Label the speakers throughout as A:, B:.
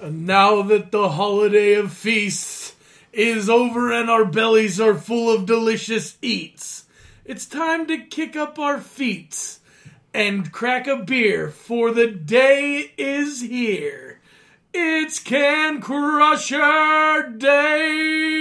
A: and now that the holiday of feasts is over and our bellies are full of delicious eats, it's time to kick up our feet and crack a beer, for the day is here. It's Can Crusher Day!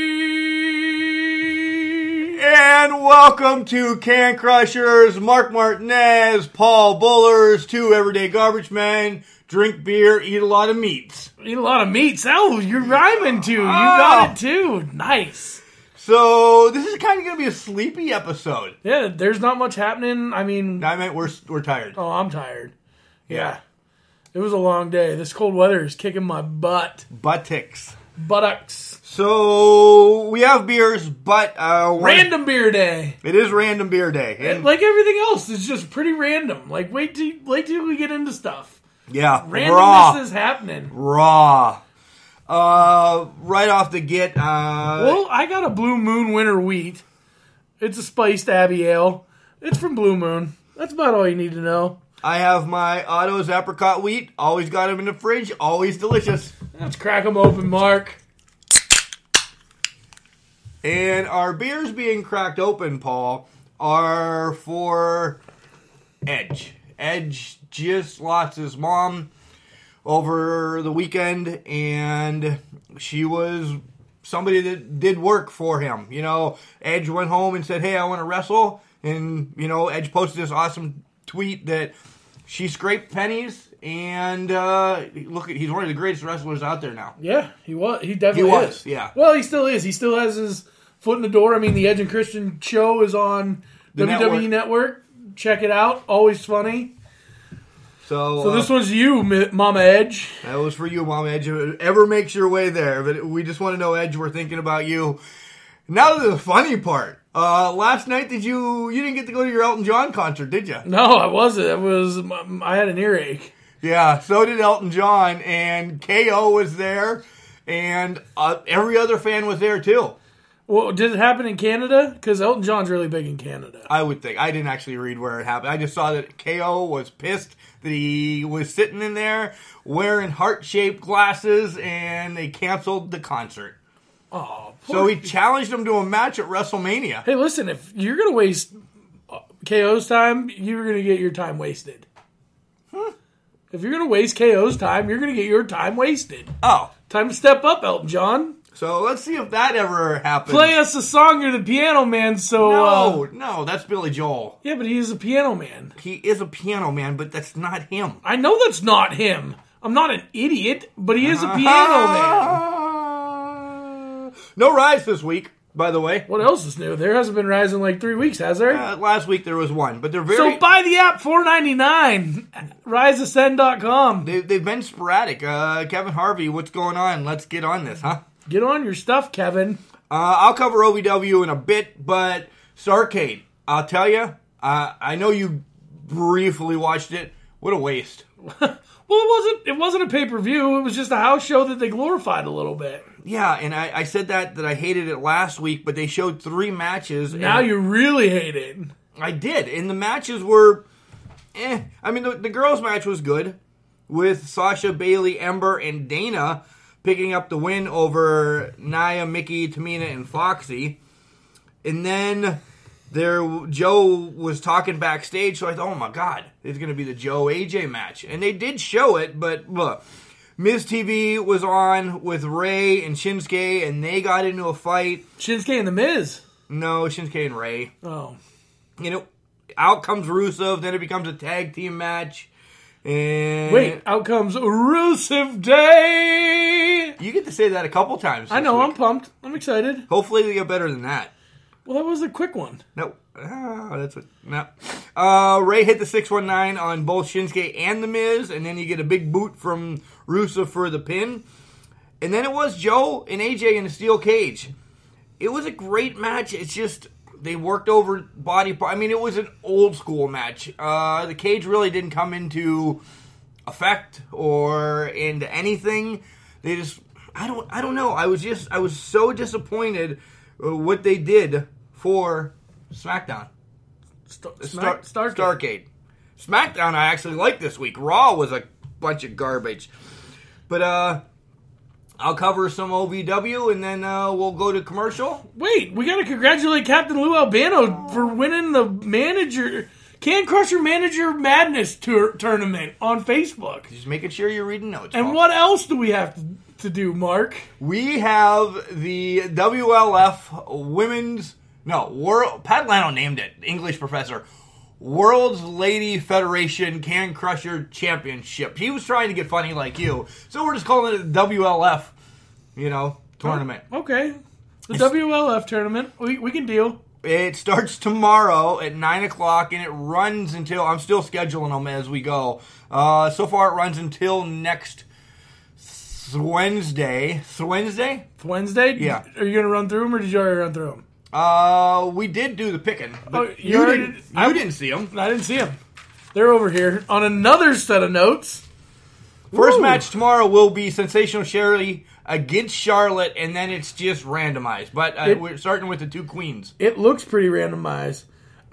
B: And welcome to Can Crushers, Mark Martinez, Paul Bullers, two everyday garbage men, drink beer, eat a lot of meats.
A: Eat a lot of meats. Oh, you're rhyming too. You got it too. Nice.
B: So this is kind of going to be a sleepy episode.
A: Yeah, there's not much happening. I mean,
B: I meant we're we're tired.
A: oh, I'm tired. Yeah. It was a long day. This cold weather is kicking my butt.
B: buttocks.
A: Buttocks.
B: So we have beers, but uh, we're-
A: Random beer day.
B: It is random beer day, and
A: Like everything else, it's just pretty random. Like wait till wait till we get into stuff.
B: yeah, raw,
A: Randomness is happening.
B: raw. Uh, right off the get, uh,
A: Well, I got a Blue Moon winter wheat. It's a spiced Abbey ale. It's from Blue Moon. That's about all you need to know.
B: I have my Otto's apricot wheat. Always got them in the fridge. Always delicious.
A: Let's crack them open, Mark.
B: And our beers being cracked open, Paul, are for Edge. Edge just lost his mom over the weekend, and she was somebody that did work for him. You know, Edge went home and said, Hey, I want to wrestle. And, you know, Edge posted this awesome tweet that she scraped pennies. And uh, look, he's one of the greatest wrestlers out there now.
A: Yeah, he was. He definitely
B: He was,
A: is.
B: yeah.
A: Well, he still is. He still has his foot in the door. I mean, the Edge and Christian show is on
B: The
A: WWE network. Check it out. Always funny.
B: So,
A: So
B: uh,
A: this one's you, Mi- Mama Edge.
B: That was for you, Mom Edge. If it ever makes your way there, but we just want to know, Edge, we're thinking about you. Now to the funny part. Uh, last night, did you you didn't get to go to your Elton John concert, did you?
A: No, I wasn't. It was. um, I had an earache.
B: Yeah. So did Elton John, and KO was there, and uh, every other fan was there too.
A: Well, did it happen in Canada? Because Elton John's really big in Canada.
B: I would think. I didn't actually read where it happened. I just saw that KO was pissed that he was sitting in there wearing heart shaped glasses, and they canceled the concert.
A: Oh,
B: So he challenged him to a match at WrestleMania.
A: hey, listen. If you're gonna waste uh, KO's time, you're gonna get your time wasted. If you're gonna waste KO's time, you're gonna get your time wasted.
B: Oh,
A: Time to step up, Elton John.
B: so let's see if that ever happens.
A: Play us a song. You're the piano man, so uh,
B: No, no, that's Billy Joel.
A: yeah, but he is a piano man.
B: He is a piano man, but that's not him.
A: I know that's not him. I'm not an idiot, but he is a piano man.
B: man. Ah. No rise this week, by the way.
A: What else is new? There hasn't been Rise in like three weeks, has there?
B: Uh, last week there was one, but they're very.
A: so buy the app, four ninety nine. RiseAscend.com.
B: they, they've been sporadic. Uh, Kevin Harvey, what's going on? Let's get on this, huh?
A: Get on your stuff, Kevin.
B: Uh, I'll cover OVW in a bit, but Starcade, I'll tell you, uh, I know you briefly watched it. What a waste.
A: Well, it wasn't. It wasn't a pay per view. It was just a house show that they glorified a little bit.
B: Yeah, and I, I said that that I hated it last week, but they showed three matches. and
A: Now you really hate it.
B: I did, and the matches were, eh. I mean, the, the girls' match was good, with Sasha, Bailey, Ember, and Dana picking up the win over Naya, Mickey, Tamina, and Foxy. And then there, Joe was talking backstage, so I thought, oh my god, it's going to be the Joe AJ match, and they did show it, but look. Ms. TV was on with Ray and Shinsuke, and they got into a fight.
A: Shinsuke and the Miz.
B: No, Shinsuke and Ray
A: Oh,
B: you know, out comes Rusev, then it becomes a tag team match. And
A: wait. Out comes Rusev Day.
B: you get to say that a couple times.
A: I
B: this
A: know.
B: week.
A: I'm pumped. I'm excited.
B: Hopefully, they get better than that.
A: Well, that was a quick one.
B: No. Ah, that's what. No. Uh, Ray hit the 619 on both Shinsuke and The Miz, and then you get a big boot from Rusev for the pin. And then it was Joe and AJ in a steel cage. It was a great match. It's just they worked over body. par- I mean, it was an old school match. Uh, the cage really didn't come into effect or into anything. They just I don't I don't know. I was just I was so disappointed uh, what they did for SmackDown.
A: Star,
B: Star-
A: Star-
B: Starcade. SmackDown I actually liked this week. Raw was a bunch of garbage. But uh I'll cover some OVW and then uh, we'll go to commercial.
A: Wait, we got to congratulate Captain Lou Albano for winning the manager Can Crusher Manager Madness tour, tournament on Facebook.
B: Just making sure you're reading notes.
A: And
B: Paul.
A: what else do we have to, to do, Mark?
B: We have the WLF Women's no World. Pat Lano named it. English professor, World's Lady Federation Can Crusher Championship. He was trying to get funny like you, so we're just calling it WLF. You know, tournament.
A: Okay. The WLF tournament. We, we can deal.
B: It starts tomorrow at nine o'clock, and it runs until I'm still scheduling them as we go. Uh, so far, it runs until next Wednesday. Wednesday.
A: It's Wednesday?
B: Yeah.
A: Are you going to run through them or did you already run through them?
B: Uh, we did do the picking. But
A: Oh, you
B: you
A: already-
B: didn't. You
A: I-
B: didn't see them.
A: I didn't see them. They're over here on another set of notes.
B: First
A: Woo.
B: match tomorrow will be Sensational Sherry against Charlotte, and then it's just randomized. But uh,
A: It-
B: we're starting with the two queens.
A: It looks pretty randomized.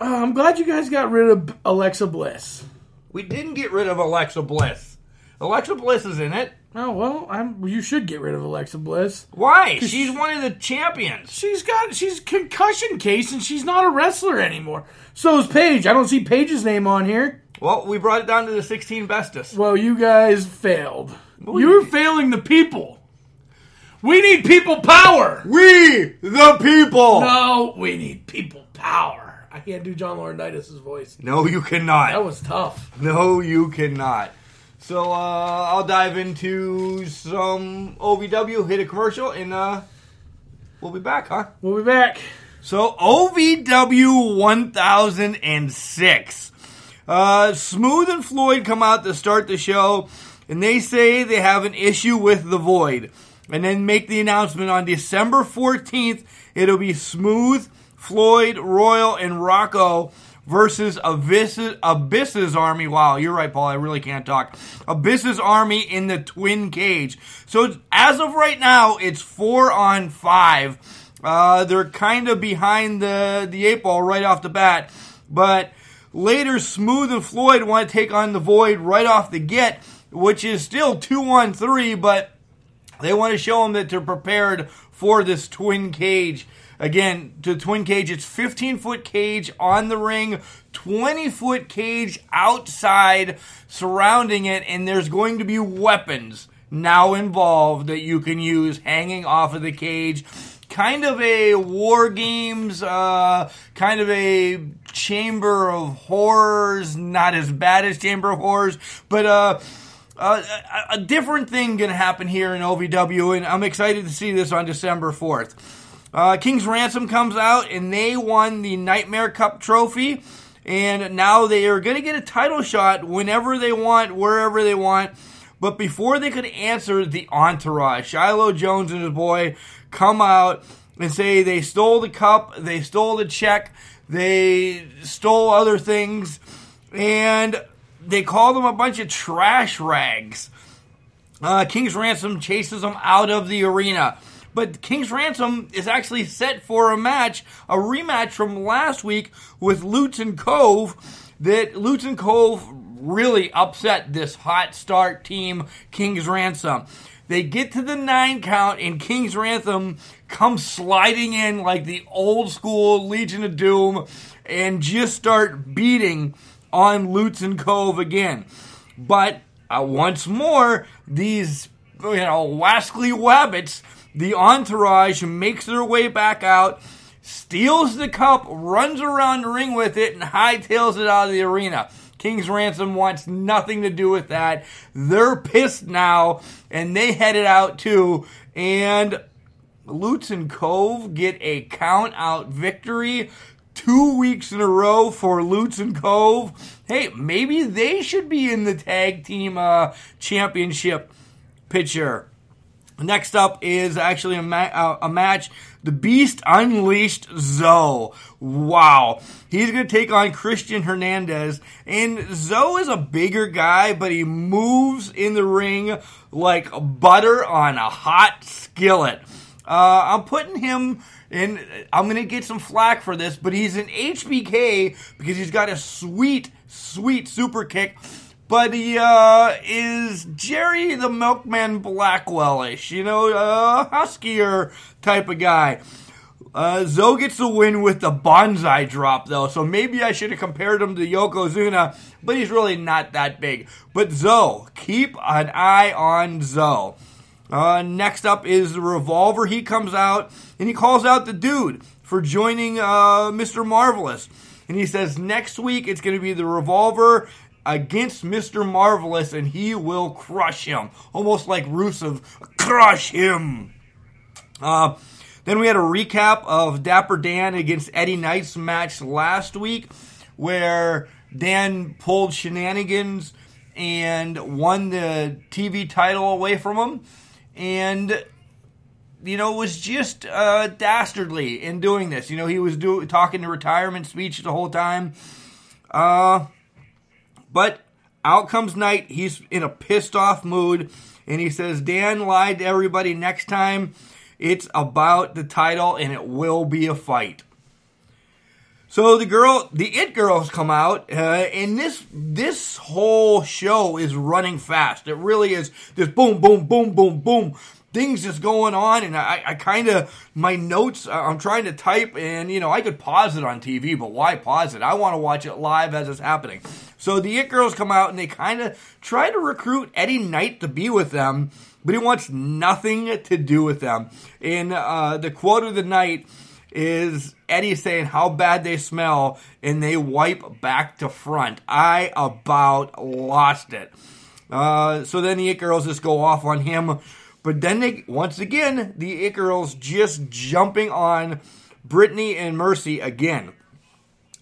A: Uh, I'm glad you guys got rid of Alexa Bliss.
B: We didn't get rid of Alexa Bliss. Alexa Bliss is in it.
A: Oh well, I'm. You should get rid of Alexa Bliss.
B: Why? She's one of the champions.
A: She's got she's concussion case and she's not a wrestler anymore. So is Paige. I don't see Paige's name on here.
B: Well, we brought it down to the 16 bestest.
A: Well, you guys failed. You're failing the people. We need people power.
B: We the people. No,
A: No, we need people power. I can't do John Laurinaitis' voice.
B: you cannot.
A: That was tough.
B: No, you cannot. So uh, I'll dive into some OVW, hit a commercial, and uh, we'll be back, huh?
A: We'll be back.
B: So OVW 1006. Uh, Smooth and Floyd come out to start the show, and they say they have an issue with the void, and then make the announcement on December 14th. It'll be Smooth, Floyd, Royal, and Rocco versus Abyss- Abyss's Army. Wow, you're right, Paul. I really can't talk. Abyss's Army in the Twin Cage. So as of right now, it's four on five. Uh, they're kind of behind the the eight ball right off the bat, but later Smooth and Floyd want to take on the Void right off the get, which is still two on three, but they want to show them that they're prepared for this twin cage. Again, to twin cage, it's 15 foot cage on the ring, 20 foot cage outside surrounding it, and there's going to be weapons now involved that you can use hanging off of the cage. Kind of a war games, uh, kind of a chamber of horrors, not as bad as chamber of horrors, but uh, uh, a, a different thing going to happen here in OVW, and I'm excited to see this on December 4th. Uh, King's Ransom comes out, and they won the Nightmare Cup trophy, and now they are going to get a title shot whenever they want, wherever they want. But before they could answer the entourage, Shiloh Jones and his boy come out and say they stole the cup, they stole the check, they stole other things, and they call them a bunch of trash rags. Uh, King's Ransom chases them out of the arena. But King's Ransom is actually set for a match, a rematch from last week with Lutz and Cove. That Lutz and Cove really upset this hot start team, King's Ransom. They get to the nine count, and King's Ransom comes sliding in like the old school Legion of Doom and just start beating on Lutz and Cove again. But uh, once more, these you know wascally wabbits, the entourage makes their way back out, steals the cup, runs around the ring with it, and hightails it out of the arena. King's Ransom wants nothing to do with that. They're pissed now, and they headed out too. And Lutz and Cove get a count out victory two weeks in a row for Lutz and Cove. Hey, maybe they should be in the tag team uh, championship picture. Next up is actually a, ma- uh, a match. The Beast Unleashed Zoe. Wow. He's going to take on Christian Hernandez. And Zoe is a bigger guy, but he moves in the ring like butter on a hot skillet. Uh, I'm putting him in. I'm going to get some flack for this, but he's an HBK because he's got a sweet, sweet super kick but he uh, is Jerry the Milkman Blackwellish, you know, uh, huskier type of guy. Uh, Zoe gets the win with the bonsai drop, though, so maybe I should have compared him to Yokozuna, but he's really not that big. But Zoe, keep an eye on Zoe. Uh, next up is the Revolver. He comes out and he calls out the dude for joining uh, Mr. Marvelous. And he says next week it's going to be the Revolver against Mr. Marvelous and he will crush him. Almost like Rusev. Crush him! Uh, then we had a recap of Dapper Dan against Eddie Knight's match last week where Dan pulled shenanigans and won the TV title away from him. And you know, was just uh, dastardly in doing this. You know, he was do- talking the retirement speech the whole time. Uh, but out comes Knight. He's in a pissed off mood. And he says, Dan lied to everybody. Next time, it's about the title and it will be a fight. So the girl, the it girls come out, uh, and this this whole show is running fast. It really is. This boom, boom, boom, boom, boom. Things just going on, and I, I kind of my notes. I- I'm trying to type, and you know I could pause it on TV, but why pause it? I want to watch it live as it's happening. So the it girls come out, and they kind of try to recruit Eddie Knight to be with them, but he wants nothing to do with them. And uh, the quote of the night is Eddie saying how bad they smell and they wipe back to front. I about lost it. Uh, so then the It Girls just go off on him. But then they, once again, the It Girls just jumping on Brittany and Mercy again.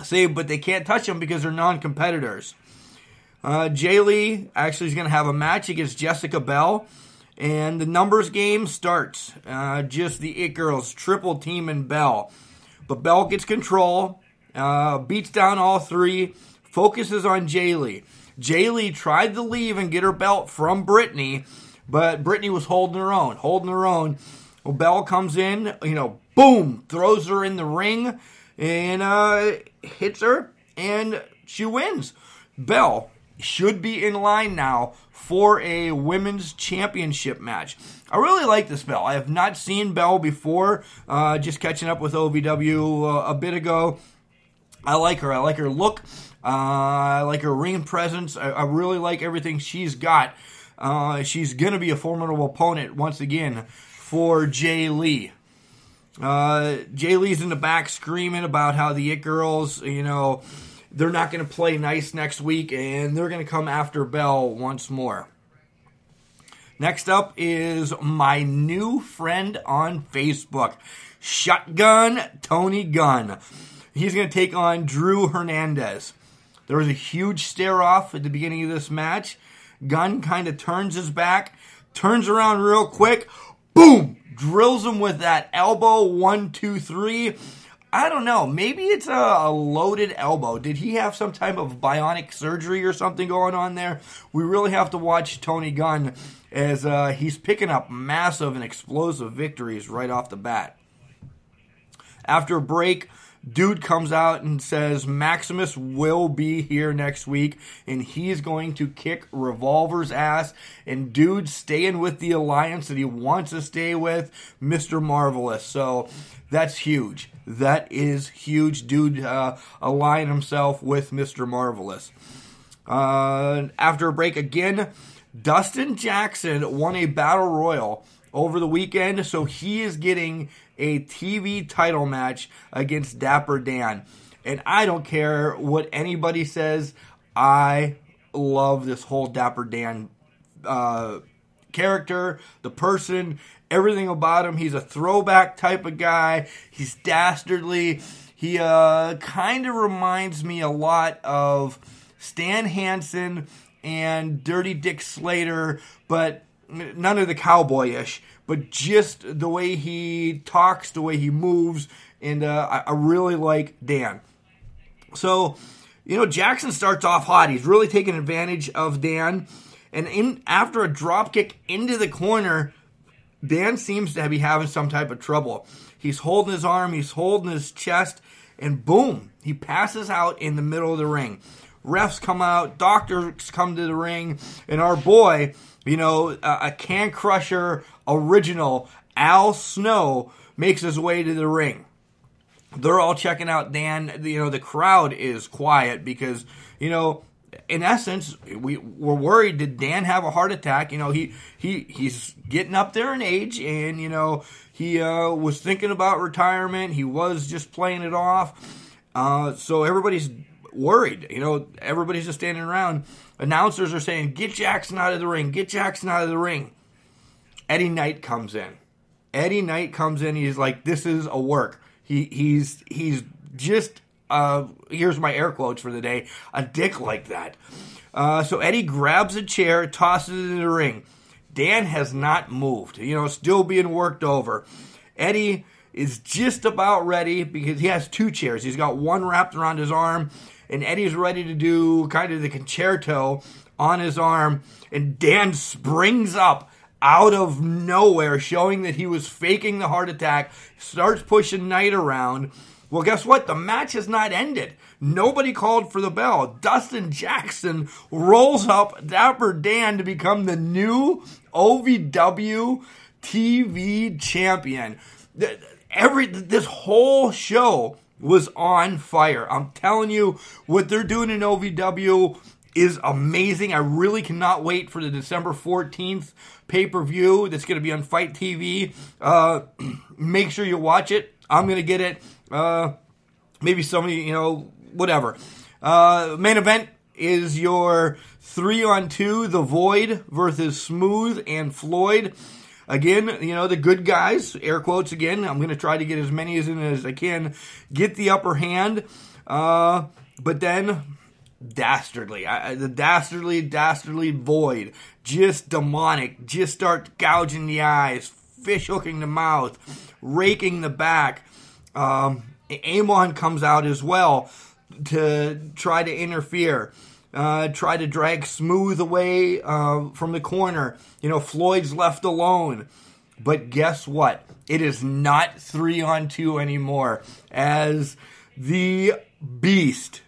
B: See, but they can't touch them because they're non competitors. Uh, Jay Lee actually is going to have a match against Jessica Bell, and the numbers game starts. Uh, just the It Girls triple team and Bell. But Bell gets control, uh, beats down all three, focuses on Jay Lee. Jay Lee tried to leave and get her belt from Brittany, but Brittany was holding her own, holding her own. Well, Bell comes in, you know, boom, throws her in the ring and uh, hits her, and she wins. Bell should be in line now for a women's championship match. I really like this Bell. I have not seen Bell before, uh, just catching up with OVW uh, a bit ago. I like her. I like her look. Uh, I like her ring presence. I, I really like everything she's got. Uh, she's going to be a formidable opponent once again for Jay Lee. Uh, Jay Lee's in the back screaming about how the It Girls, you know, they're not going to play nice next week and they're going to come after Bell once more. Next up is my new friend on Facebook, Shotgun Tony Gunn. He's going to take on Drew Hernandez. There was a huge stare off at the beginning of this match. Gunn kind of turns his back, turns around real quick, boom, drills him with that elbow. One, two, three. I don't know. Maybe it's a, a loaded elbow. Did he have some type of bionic surgery or something going on there? We really have to watch Tony Gunn as uh, he's picking up massive and explosive victories right off the bat. After a break, dude comes out and says Maximus will be here next week and he's going to kick Revolver's ass. And dude's staying with the alliance that he wants to stay with, Mr. Marvelous. So that's huge. That is huge. Dude uh, align himself with Mr. Marvelous. Uh, after a break again, Dustin Jackson won a battle royal over the weekend, so he is getting a TV title match against Dapper Dan. And I don't care what anybody says, I love this whole Dapper Dan uh, character, the person, everything about him. He's a throwback type of guy. He's dastardly. He uh, kind of reminds me a lot of Stan Hansen and Dirty Dick Slater, but n- none of the cowboyish. But just the way he talks, the way he moves, and uh, I-, I really like Dan. So, you know, Jackson starts off hot. He's really taking advantage of Dan. And in after a drop kick into the corner, Dan seems to be having some type of trouble. He's holding his arm, he's holding his chest, and boom, he passes out in the middle of the ring. Refs come out, doctors come to the ring, and our boy, you know, a, a can crusher original, Al Snow, makes his way to the ring they're all checking out Dan. You know, the crowd is quiet because you know, in essence, we were worried. Did Dan have a heart attack? You know, he he he's getting up there in age, and you know, he uh, was thinking about retirement. He was just playing it off. Uh, so everybody's worried. You know, everybody's just standing around. Announcers are saying, "Get Jackson out of the ring! Get Jackson out of the ring!" Eddie Knight comes in. Eddie Knight comes in. He's like, "This is a work." He he's he's just uh, here's my air quotes for the day. A dick like that. Uh, so Eddie grabs a chair, tosses it in the ring. Dan has not moved. You know, still being worked over. Eddie is just about ready because he has two chairs. He's got one wrapped around his arm, and Eddie's ready to do kind of the concerto on his arm. And Dan springs up out of nowhere, showing that he was faking the heart attack, starts pushing Knight around. Well, guess what? The match has not ended. Nobody called for the bell. Dustin Jackson rolls up Dapper Dan to become the new OVW TV champion. Th- Every this whole show was on fire. I'm telling you, what they're doing in OVW is amazing. I really cannot wait for the December 14th pay per view that's going to be on Fight TV. Uh, make sure you watch it. I'm going to get it. Uh, maybe somebody, you know, whatever. Uh, main event is your three on two The Void versus Smooth and Floyd. Again, you know, the good guys, air quotes again. I'm going to try to get as many as in as I can, get the upper hand. Uh, but then dastardly. I, I- the dastardly, dastardly void. Just demonic. Just start gouging the eyes, fish hooking the mouth, raking the back. Um, Amon comes out as well to try to interfere. Uh, try to drag Smooth away uh, from the corner. You know, Floyd's left alone. But guess what? It is not three on two anymore. As the beast,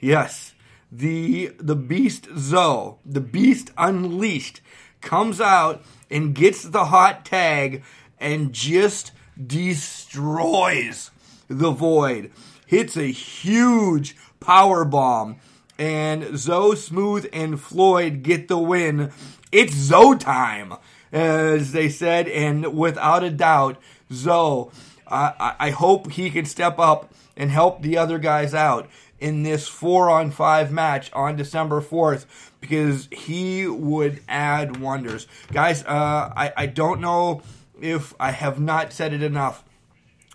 B: yes, the the beast Zoe, the beast unleashed, comes out and gets the hot tag and just destroys the void. Hits a huge power bomb, and Zoe Smooth and Floyd get the win. It's Zoe time, as they said, and without a doubt, Zoe. I, I- I hope he can step up and help the other guys out in this four on five match on December 4th because he would add wonders. Guys, uh, I, I don't know if I have not said it enough.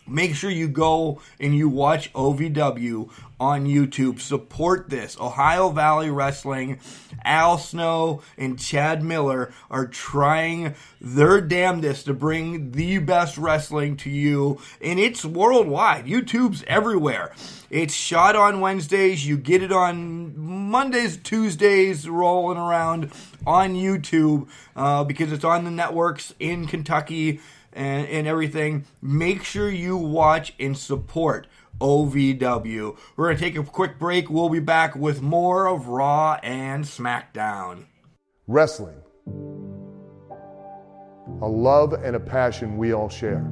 B: Make sure you go and you watch OVW on YouTube. Support this. Ohio Valley Wrestling, Al Snow, and Chad Miller are trying their damnedest to bring the best wrestling to you, and it's worldwide. YouTube's everywhere. It's shot on Wednesdays. You get it on Mondays, Tuesdays, rolling around on YouTube uh, because it's on the networks in Kentucky and, and everything, make sure you watch and support OVW. We're going to take a quick break. We'll be back with more of Raw and SmackDown.
C: wrestling, a love and a passion we all share.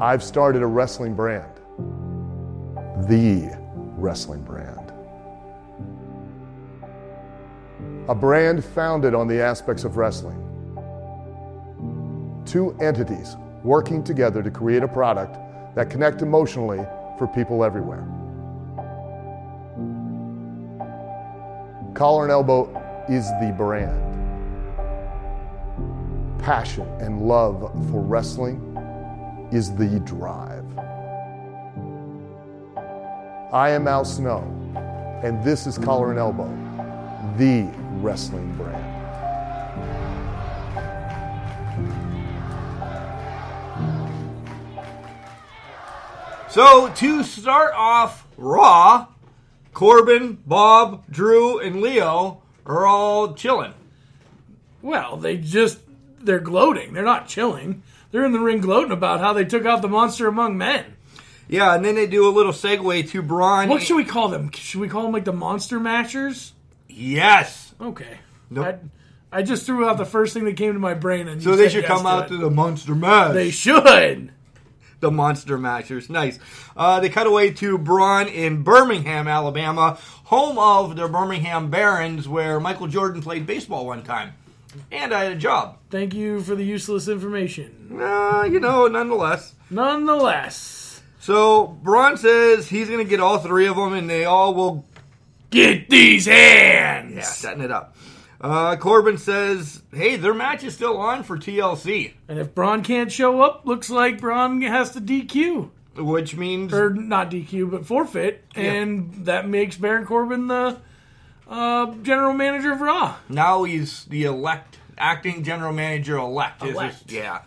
C: I've started a wrestling brand, the wrestling brand. A brand founded on the aspects of wrestling. Two entities working together to create a product that connect emotionally for people everywhere. Collar and elbow is the brand. Passion and love for wrestling is the drive. I am Al Snow, and this is Collar and Elbow, the wrestling brand.
B: So to start off Raw, Corbin, Bob, Drew, and Leo are all chilling.
A: Well, they just they're gloating. They're not chilling. They're in the ring gloating about how they took out the monster among men.
B: Yeah, and then they do a little segue to Braun.
A: What should we call them? Should we call them like the monster mashers?
B: Yes.
A: Okay.
B: Nope.
A: I, I just threw out the first thing that came to my brain, and
B: So
A: you
B: they
A: said
B: should
A: yes
B: come out
A: it.
B: to the Monster Mash.
A: They should.
B: the Monster Mashers. Nice. Uh, they cut away to Braun in Birmingham, Alabama, home of the Birmingham Barons, where Michael Jordan played baseball one time. And I had a job.
A: Thank you for the useless information.
B: Uh, you know, nonetheless.
A: Nonetheless,
B: So Braun says he's going to get all three of them, and they all will
A: get these hands.
B: yeah, setting it up. Uh, Corbin says, "Hey, their match is still on for TLC,
A: And if Braun can't show up, looks like Braun has to DQ
B: which means
A: or not DQ, but forfeit, and that makes Baron Corbin the uh, general manager of Raw.
B: Now he's the elect acting general manager elect. Is
A: Elect.
B: this- yeah.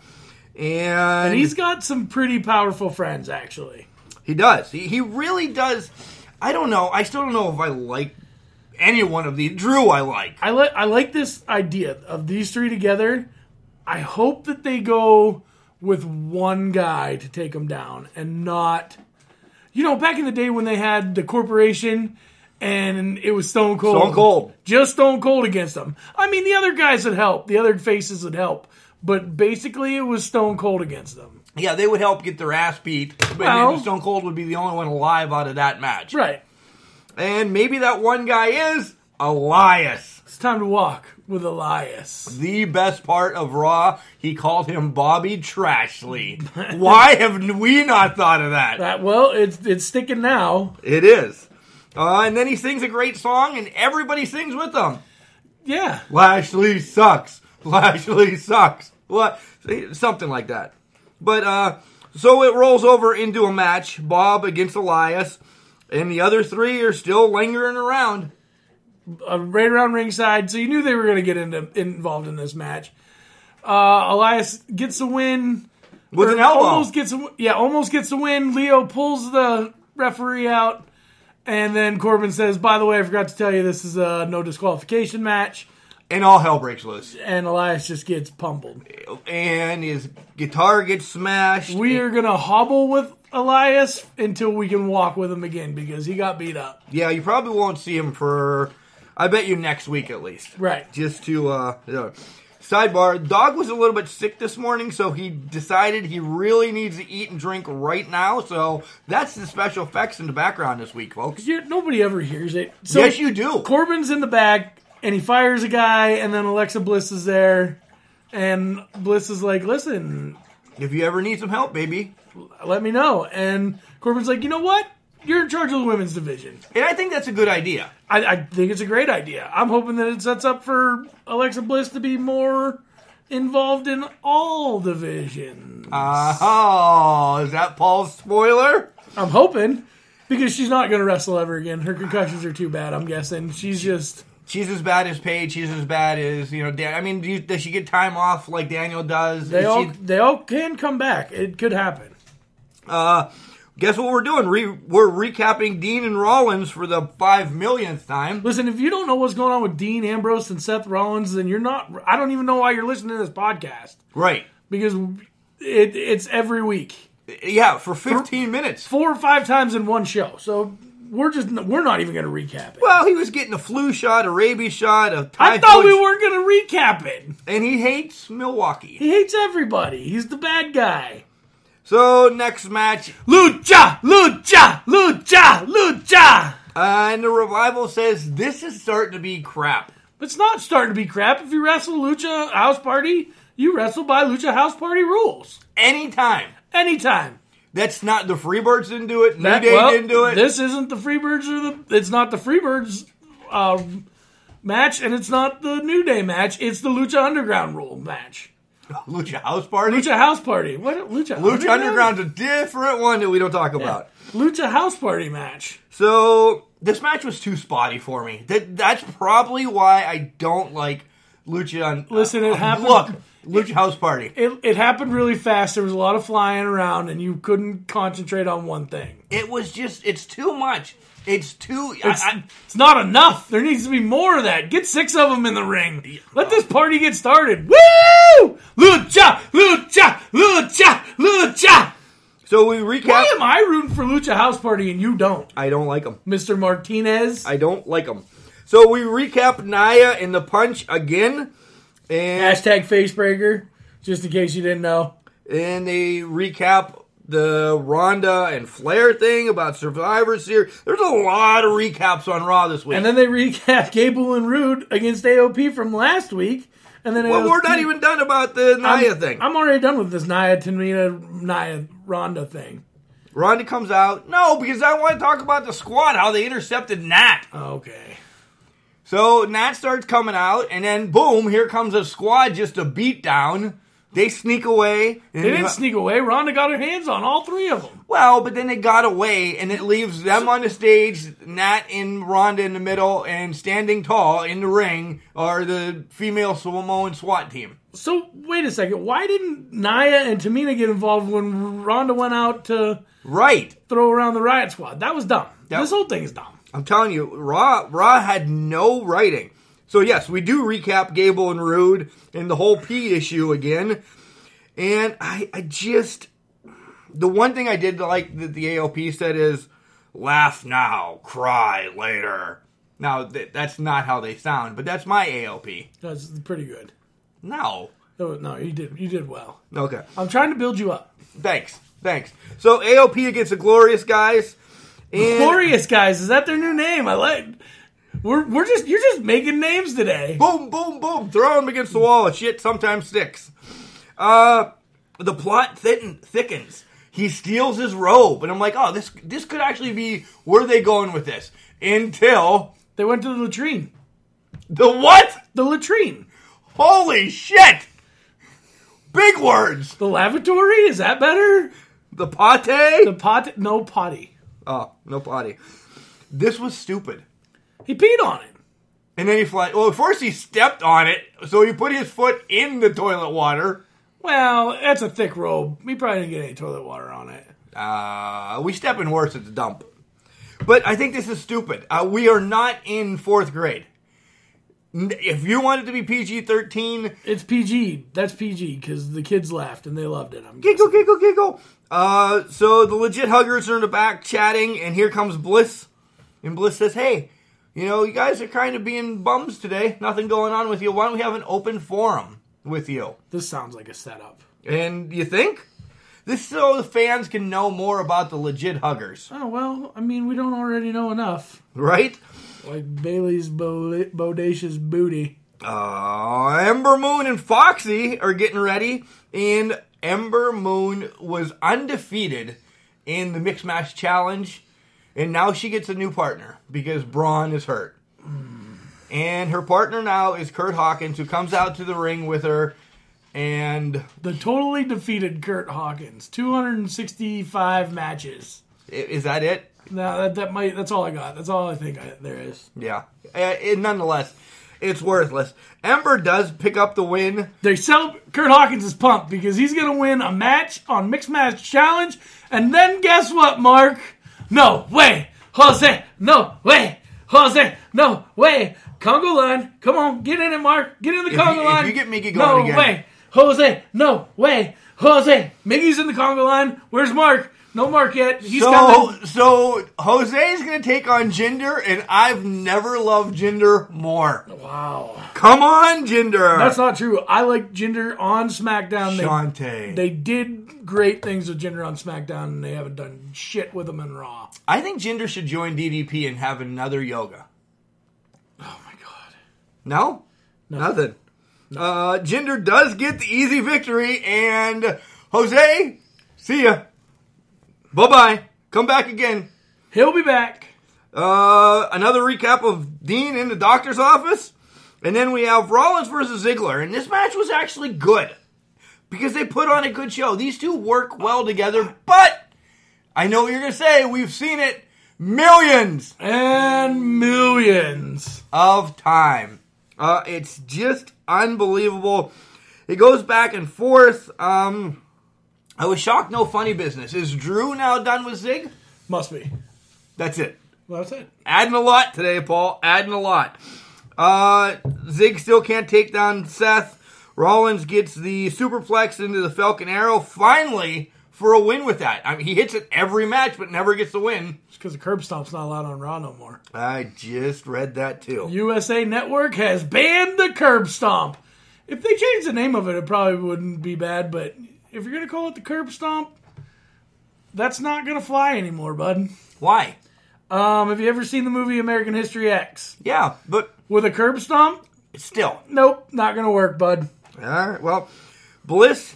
B: And,
A: And he's got some pretty powerful friends, actually.
B: he does. He, he really does. I don't know. I still don't know if I like any one of these. Drew, I like.
A: I like I like this idea of these three together. I hope that they go with one guy to take them down and not you know, back in the day when they had the corporation and it was Stone Cold.
B: Stone Cold.
A: Just Stone Cold against them. I mean the other guys would help, the other faces would help. But basically it was Stone Cold against them.
B: Yeah, they would help get their ass beat, but
A: Well-
B: then Stone Cold would be the only one alive out of that match.
A: Right.
B: And maybe that one guy is Elias.
A: It's time to walk with Elias.
B: The best part of Raw, he called him Bobby Trashley. Why have we not thought of that?
A: That well, it's it's sticking now.
B: It is. Uh, and then he sings a great song, and everybody sings with him.
A: Yeah.
B: Lashley sucks. Lashley sucks. What? Something like that. But uh, so it rolls over into a match: Bob against Elias, and the other three are still lingering around.
A: uh, right around ringside, so you knew they were going to get into, involved in this match. Uh, Elias gets a win
B: With
A: or
B: an elbow.
A: Almost gets a w- yeah, almost gets a win. Leo pulls the referee out, and then Corbin says, "By the way, I forgot to tell you this is a no disqualification match."
B: and all hell breaks loose.
A: And Elias just gets pummeled.
B: And his guitar gets smashed.
A: We are going to hobble with Elias until we can walk with him again because he got beat up.
B: yeah, you probably won't see him for. I bet you next week at least.
A: Right.
B: just to uh you know. sidebar dog was a little bit sick this morning so he decided he really needs to eat and drink right now so that's the special effects in the background this week folks
A: you nobody ever hears it. So
B: yes you do
A: Corbin's in the back and he fires a guy, and then Alexa Bliss is there, and Bliss is like, "Listen,
B: if you ever need some help baby
A: let me know." And Corbin's like, "You know what? You're in charge of the women's division.
B: and i think that's a good idea
A: I, I think it's a great idea. I'm hoping that it sets up for Alexa Bliss to be more involved in all divisions.
B: uh, oh is that paul's spoiler
A: I'm hoping." Because she's not going to wrestle ever again. Her concussions are too bad. I'm guessing she's just
B: She's as bad as Paige. She's as bad as you know. Dan- I mean, do you, does she get time off like Daniel does?
A: they
B: Is
A: all
B: she-
A: they all can come back. It could happen.
B: Uh, guess what we're doing? Re- we're recapping Dean and Rollins for the five millionth time.
A: Listen, if you don't know what's going on with Dean Ambrose and Seth Rollins, then you're not. I don't even know why you're listening to this podcast
B: Right.
A: because it, it's every week,
B: Yeah, for 15 minutes.
A: four or five times in one show. So we're just we're not even going to recap it.
B: Well, he was getting a flu shot, a rabies shot, a
A: I
B: typhoid,
A: thought we weren't going to recap it.
B: and he hates Milwaukee.
A: He hates everybody. He's the bad guy.
B: So next match,
A: Lucha, lucha, lucha, lucha.
B: uh, and the revival says this is starting to be crap.
A: It's not starting to be crap. If you wrestle lucha house party, you wrestle by lucha house party rules
B: Anytime.
A: anytime.
B: That's not the Freebirds didn't do it. New
A: That-
B: Day
A: well,
B: didn't do it.
A: This isn't the Freebirds or the. It's not the Freebirds uh, match, and it's not the New Day match. It's the Lucha Underground rule match.
B: Lucha House Party.
A: Lucha House Party. What? Lucha.
B: Lucha Underground's a different one that we don't talk about.
A: Lucha House Party match.
B: So this match was too spotty for me. That that's probably why I don't like Lucha. Un-
A: Listen, it
B: uh,
A: happened-
B: Look, Lucha House Party.
A: It, it happened really fast. There was a lot of flying around, and you couldn't concentrate on one thing.
B: It was just. It's too much. It's too. I-
A: It's,
B: I-
A: it's not enough. There needs to be more of that. Get six of them in the ring. Let this party get started. Woo! Lucha! Lucha! Lucha! Lucha!
B: so we recap.
A: Why am I rooting for Lucha House Party and you don't,
B: I don't like them.
A: Mr. Martinez?
B: I don't like them. So we recap Naya and the punch again, and
A: Hashtag facebreaker, just in case you didn't know.
B: and they recap the Ronda and Flair thing about Survivor Series. There's a lot of recaps on Raw this week.
A: And then they recap Gable and Rude against AOP from last week. And then
B: well,
A: AOP
B: we're not even done about the Naya
A: I'm,
B: thing.
A: I'm already done with this Nia Tamina Nia Ronda thing.
B: Ronda comes out. No, because I want to talk about the squad, how they intercepted Nat.
A: Okay.
B: So Nat starts coming out, and then boom, here comes a squad just a beat down. They sneak away.
A: They didn't sneak away. Ronda got her hands on all three of them.
B: Well, but then they got away, and it leaves them on the stage, Nat and Ronda in the middle, and standing tall in the ring are the female Samoan SWAT team.
A: So wait a second. Why didn't Nia and Tamina get involved when Ronda went out to
B: Right.
A: throw around the Riot Squad? That was dumb.
B: That-
A: this whole thing is dumb.
B: I'm telling you, Raw Raw had no writing. So yes, we do recap Gable and Rude and the whole P issue again. And I, I just the one thing I did like that the AOP said is laugh now, cry later. Now th- that's not how they sound, but that's my AOP.
A: That's pretty good.
B: No.
A: Oh, no, you did you did well.
B: Okay.
A: I'm trying to build you up.
B: Thanks. Thanks. So AOP against the Glorious guys. And
A: Glorious guys, is that their new name? I like. We're we're just you're just making names today.
B: boom, boom, boom. Throw him against the wall. Shit sometimes sticks. Uh, the plot thin- thickens. He steals his robe, and I'm like, oh, this this could actually be where are they going with this? Until
A: They went to the latrine.
B: the what?
A: The latrine.
B: Holy shit! Big words.
A: The lavatory? Is that better?
B: The pate.
A: The pot? No potty.
B: oh, no potty. This was stupid.
A: He peed on it.
B: And then he flies. Well, first he stepped on it, so he put his foot in the toilet water.
A: Well, that's a thick robe. He probably didn't get any toilet water on it.
B: Uh, we step in worse at the dump. But I think this is stupid. Uh, we are not in fourth grade. N- If you want it to be PG 13,
A: It's PG. That's PG because the kids laughed and they loved it. I'm
B: giggle, giggle, giggle. Uh, so the legit huggers are in the back chatting, and here comes Bliss. And Bliss says, Hey, you know, you guys are kind of being bums today. Nothing going on with you. Why don't we have an open forum with you?
A: This sounds like a setup.
B: And you think? This is so the fans can know more about the legit huggers,
A: Oh well. I mean, we don't already know enough.
B: right?
A: Like Bailey's bo- bodacious booty.
B: Uh, Ember Moon and Foxy are getting ready, and Ember Moon was undefeated in the Mixed Match Challenge, and now she gets a new partner because Braun is hurt. And her partner now is Kurt Hawkins, who comes out to the ring with her, and
A: The totally defeated Kurt Hawkins. 265 matches.
B: i- is that it?
A: Now that that might. That's all I got. That's all I think I, there is.
B: Yeah. Uh, it, nonetheless, it's worthless. Ember does pick up the win.
A: They sell Kurt Hawkins is pumped because he's gonna win a match on Mixed Match Challenge, and then guess what, Mark? No way, Jose. No way, Jose. No way. Congo line. Come on, get in it, Mark. Get in the
B: If
A: Congo
B: you- if
A: line.
B: you get Miggy
A: no
B: going again.
A: way, Jose. No way, Jose. Miggy's in the Congo line. Where's Mark? No Mark yet. He's
B: So,
A: coming.
B: so Jose's going to take on Jinder, and I've never loved Jinder more.
A: Wow,
B: Come on, Jinder.
A: that's not true. I like Jinder on SmackDown. They-
B: Shantae.
A: They did great things with Jinder on SmackDown, and they haven't done shit with him in Raw.
B: I think Jinder should join DDP and have another yoga.
A: Oh my god.
B: No? Nothing. Uh, Jinder does get the easy victory, and Jose, see ya. Bye bye. Come back again.
A: He'll be back.
B: Uh, another recap of Dean in the doctor's office. And then we have Rollins versus Ziggler. And this match was actually good because they put on a good show. These two work well together, but I know what you're going to say. We've seen it millions
A: And millions.
B: of time. Uh, it's just unbelievable. It goes back and forth. Um, I was shocked. No funny business. Is Drew now done with Zig?
A: Must be.
B: That's it.
A: Well, that's it.
B: Adding a lot today, Paul. Adding a lot. Uh, Zig still can't take down Seth. Rollins gets the superplex into the Falcon Arrow finally for a win with that. I mean, he hits it every match, but never gets the win.
A: It's because the curb stomp's not allowed on Raw no more.
B: I just read that too.
A: USA Network has banned the curb stomp. If they changed the name of it, it probably wouldn't be bad, but if you're going to call it the curb stomp, that's not going to fly anymore, bud.
B: Why?
A: Um, have you ever seen the movie American History X?
B: Yeah, but
A: With a curb stomp?
B: still.
A: Nope, not going to work, bud.
B: All right. Well, Bliss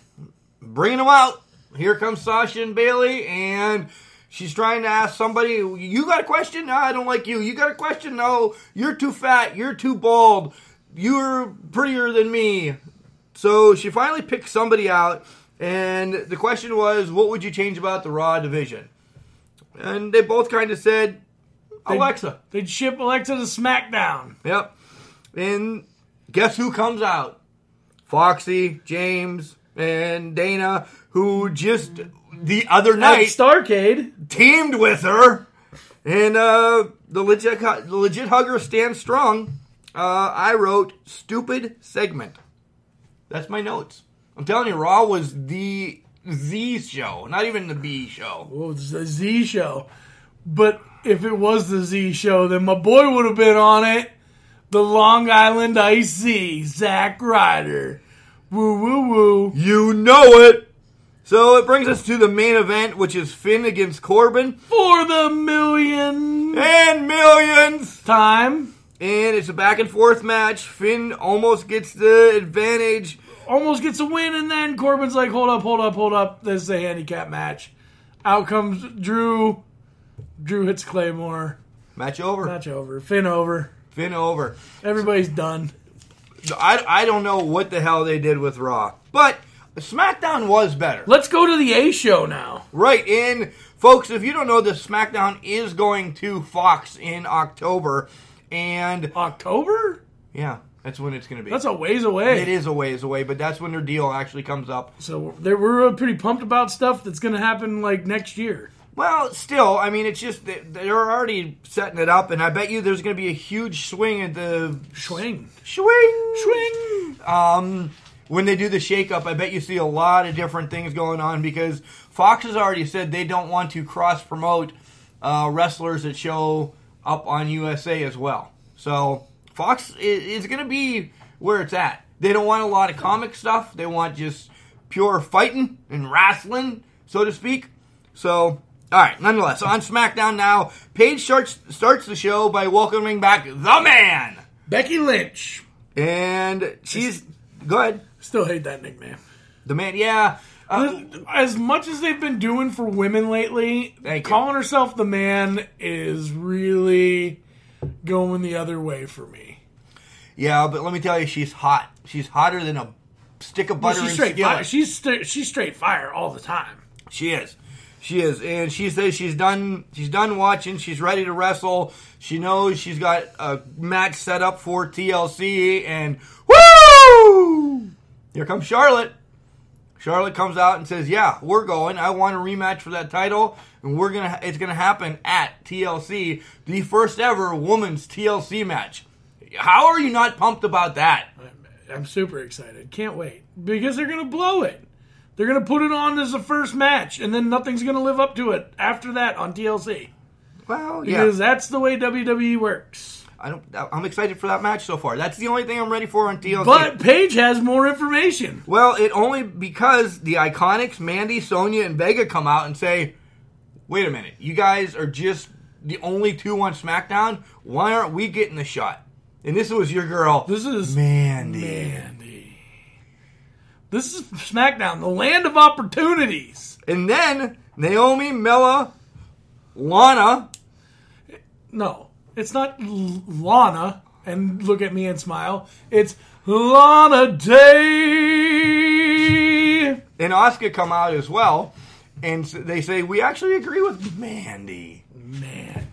B: bringing them out. Here comes Sasha and Bailey, and she's trying to ask somebody, "You got a question? No, I don't like you. You got a question? No, you're too fat. You're too bald. You're prettier than me." So she finally picks somebody out, and the question was, "What would you change about the Raw division?" And they both kind of said, "Alexa."
A: They'd ship Alexa to SmackDown.
B: Yep. And guess who comes out? Foxy, James, and Dana, who just the other
A: At
B: night
A: Starcade.
B: teamed with her. And uh, the legit the legit hugger stands strong. Uh, I wrote stupid segment. That's my notes. I'm telling you, Raw was the Z show, not even the B show.
A: Well, it's the Z show. But if it was the Z show, then my boy would have been on it. The Long Island IC, Zack Ryder. Woo woo woo.
B: You know it. So it brings us to the main event, which is Finn against Corbin
A: For the million
B: and millions.
A: time.
B: And it's a back and forth match. Finn almost gets the advantage.
A: Almost gets a win, and then Corbin's like, hold up, hold up, hold up. This is a handicap match. Out comes Drew. Drew hits Claymore.
B: Match over.
A: Match over. Finn over.
B: Finn over.
A: Everybody's done.
B: I, I don't know what the hell they did with Raw, but SmackDown was better.
A: Let's go to the A show now.
B: Right, and folks, if you don't know this, SmackDown is going to Fox in October, and
A: October?
B: yeah, that's when it's going to be.
A: That's a ways away.
B: it is a ways away, but that's when their deal actually comes up.
A: So they we're pretty pumped about stuff that's going to happen like next year.
B: Well, still, I mean, it's just that they're already setting it up, and I bet you there's going to be a huge swing at the
A: Schwing.
B: swing,
A: Schwing.
B: um, when they do the shakeup, I bet you see a lot of different things going on because Fox has already said they don't want to cross promote uh, wrestlers that show up on USA as well. So Fox i- is, is going to be where it's at. They don't want a lot of comic stuff. They want just pure fighting and wrestling, so to speak. So, all right, nonetheless, on SmackDown now, Paige starts, starts the show by welcoming back The Man.
A: Becky Lynch.
B: And she's. Go ahead.
A: Still hate that nickname.
B: The man, yeah. Uh,
A: As much as they've been doing for women lately,
B: Thank you.
A: calling herself the man is really going the other way for me.
B: yeah, but let me tell you, she's hot. She's hotter than a stick of butter
A: She's
B: and
A: straight fire.
B: skillet.
A: She's st- she's straight fire all the time.
B: She is. She is. And she says she's done she's done watching. She's ready to wrestle. She knows she's got a match set up for TLC and woo! Here comes Charlotte. Charlotte comes out and says, "Yeah, we're going. I want a rematch for that title, and we're gonna. It's gonna happen at TLC, the first ever women's TLC match. How are you not pumped about that?
A: I'm super excited. Can't wait because they're gonna blow it. They're gonna put it on as the first match, and then nothing's gonna live up to it after that on TLC.
B: Well, yeah,
A: because that's the way WWE works.
B: I don't. I'm excited for that match so far. That's the only thing I'm ready for on TLC.
A: But Paige has more information.
B: well, it only because the Iconics, Mandy, Sonya, and Vega come out and say, "Wait a minute, you guys are just the only two on SmackDown. Why aren't we getting the shot?" And this was your girl.
A: This is
B: Mandy.
A: Mandy. This is SmackDown, the land of opportunities.
B: And then Naomi, Mella, Lana,
A: No, it's not L- Lana and look at me and smile. It's Lana Day.
B: And Oscar come out as well, and s- they say we actually agree with Mandy.
A: Mandy.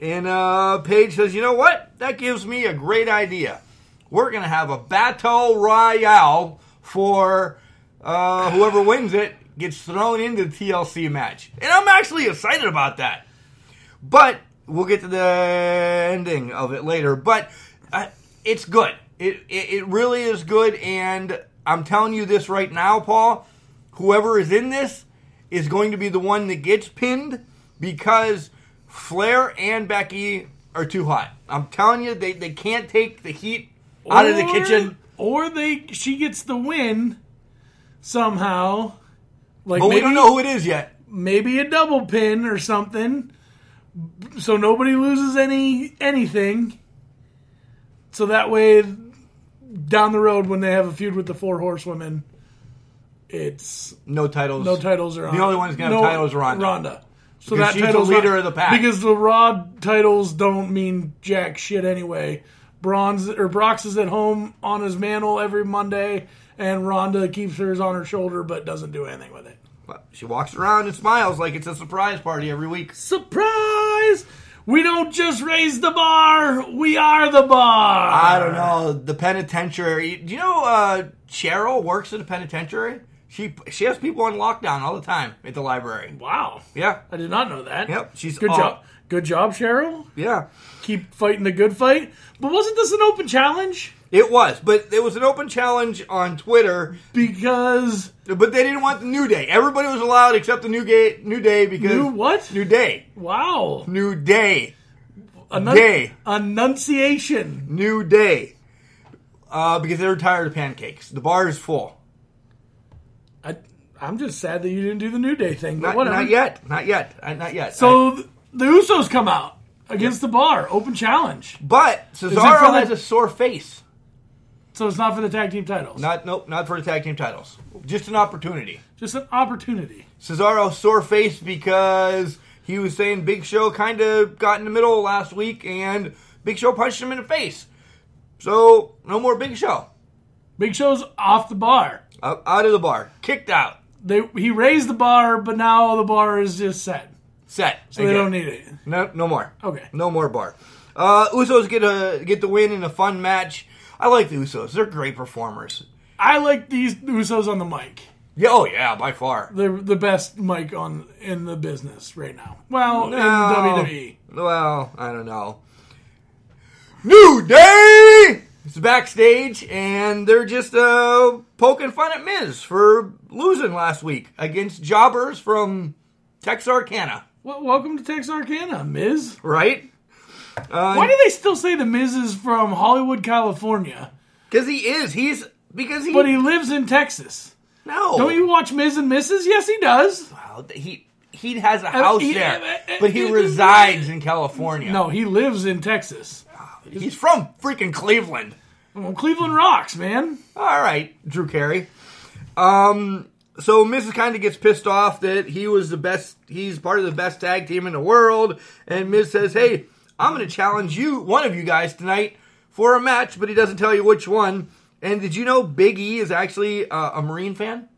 B: And uh, Paige says, you know what? That gives me a great idea. We're gonna have a battle royale for uh, whoever wins it gets thrown into the TLC match, and I'm actually excited about that. But we'll get to the ending of it later. But uh, it's good. It, it it really is good, and I'm telling you this right now, Paul. Whoever is in this is going to be the one that gets pinned because Flair and Becky are too hot. I'm telling you, they they can't take the heat out of the
A: Or-
B: kitchen.
A: Or they she gets the win somehow. Like
B: But
A: maybe,
B: we don't know who it is yet.
A: maybe a double pin or something. So nobody loses any anything. So that way down the road when they have a feud with the four horsewomen, it's
B: No titles.
A: no titles are on.
B: The only one that's gonna
A: no,
B: have titles is Ronda.
A: Ronda. So
B: Because
A: that
B: she's the
A: title's
B: leader
A: not-
B: of the pack.
A: Because the Raw titles don't mean jack shit anyway. Bronze or Brox is at home on his mantle every Monday, and Ronda keeps hers on her shoulder but doesn't do anything with it.
B: But She walks around and smiles like it's a surprise party every week.
A: Surprise! We don't just raise the bar; we are the bar.
B: I don't know the penitentiary. Do you know uh, Cheryl works at a penitentiary? She she has people on lockdown all the time at the library.
A: Wow,
B: Yeah,
A: I did not know that.
B: Yep, she's
A: good
B: all-
A: job. Good job, Cheryl.
B: yeah.
A: Keep fighting the good fight. But wasn't this an open challenge?
B: It was, but it was an open challenge on Twitter.
A: Because
B: But they didn't want the new day. Everybody was allowed except the new gate, new day because
A: New what?
B: New day,
A: Wow.
B: new day,
A: Annun-
B: Gay.
A: Annunciation.
B: new day. Uh, because they were tired of pancakes. The bar is full.
A: I, I'm just sad that you didn't do the New Day thing, but
B: Not,
A: whatever.
B: not yet. Not yet. I- Not yet. I-
A: So th- the Usos come out against the bar, open challenge.
B: but
A: for
B: Cesaro
A: the-
B: has a sore face.
A: So it's not for the tag team titles.
B: Not nope, not for the tag team titles. Just an opportunity.
A: Just an opportunity.
B: Cesaro sore faced because he was saying Big Show kind of got in the middle last week and Big Show punched him in the face. So no more Big Show.
A: Big Show's off the bar.
B: Out out of the bar, kicked out,
A: They he raised the bar, but now the bar is just set.
B: set.
A: So they don't need it.
B: No, no more.
A: Okay.
B: No more bar. Uh, Usos get a get the win in a fun match. I like the Usos. They're great performers.
A: I like these Usos on the mic.
B: Yeah, oh yeah, by far.
A: They're the best mic on in the business right now. Well, in E.
B: No.
A: WWE.
B: Well, I don't know. New Day! It's backstage, and they're just uh, poking fun at Miz for losing last week against jobbers from Texarkana,
A: Well, welcome to Texarkana, Miz.
B: right? Uh,
A: Why do they still say the Miz is from Hollywood, California,
B: Because he is. He's. Because he.
A: but he lives in Texas?
B: no.
A: Don't you watch Miz and Mrs.? Yes, he does.
B: Well, He, he has a house
A: he-
B: there,
A: uh, uh,
B: but he
A: uh,
B: resides in California.
A: No, he lives in Texas.
B: He's from freaking Cleveland.
A: Well, Cleveland rocks, man.
B: All right, Drew Carey. Um, so Mrs. kind of gets pissed off that he was the best. He's part of the best tag team in the world, and Miz says, "Hey, I'm going to challenge you, one of you guys tonight for a match," but he doesn't tell you which one. And did you know Big E is actually uh, a Marine fan?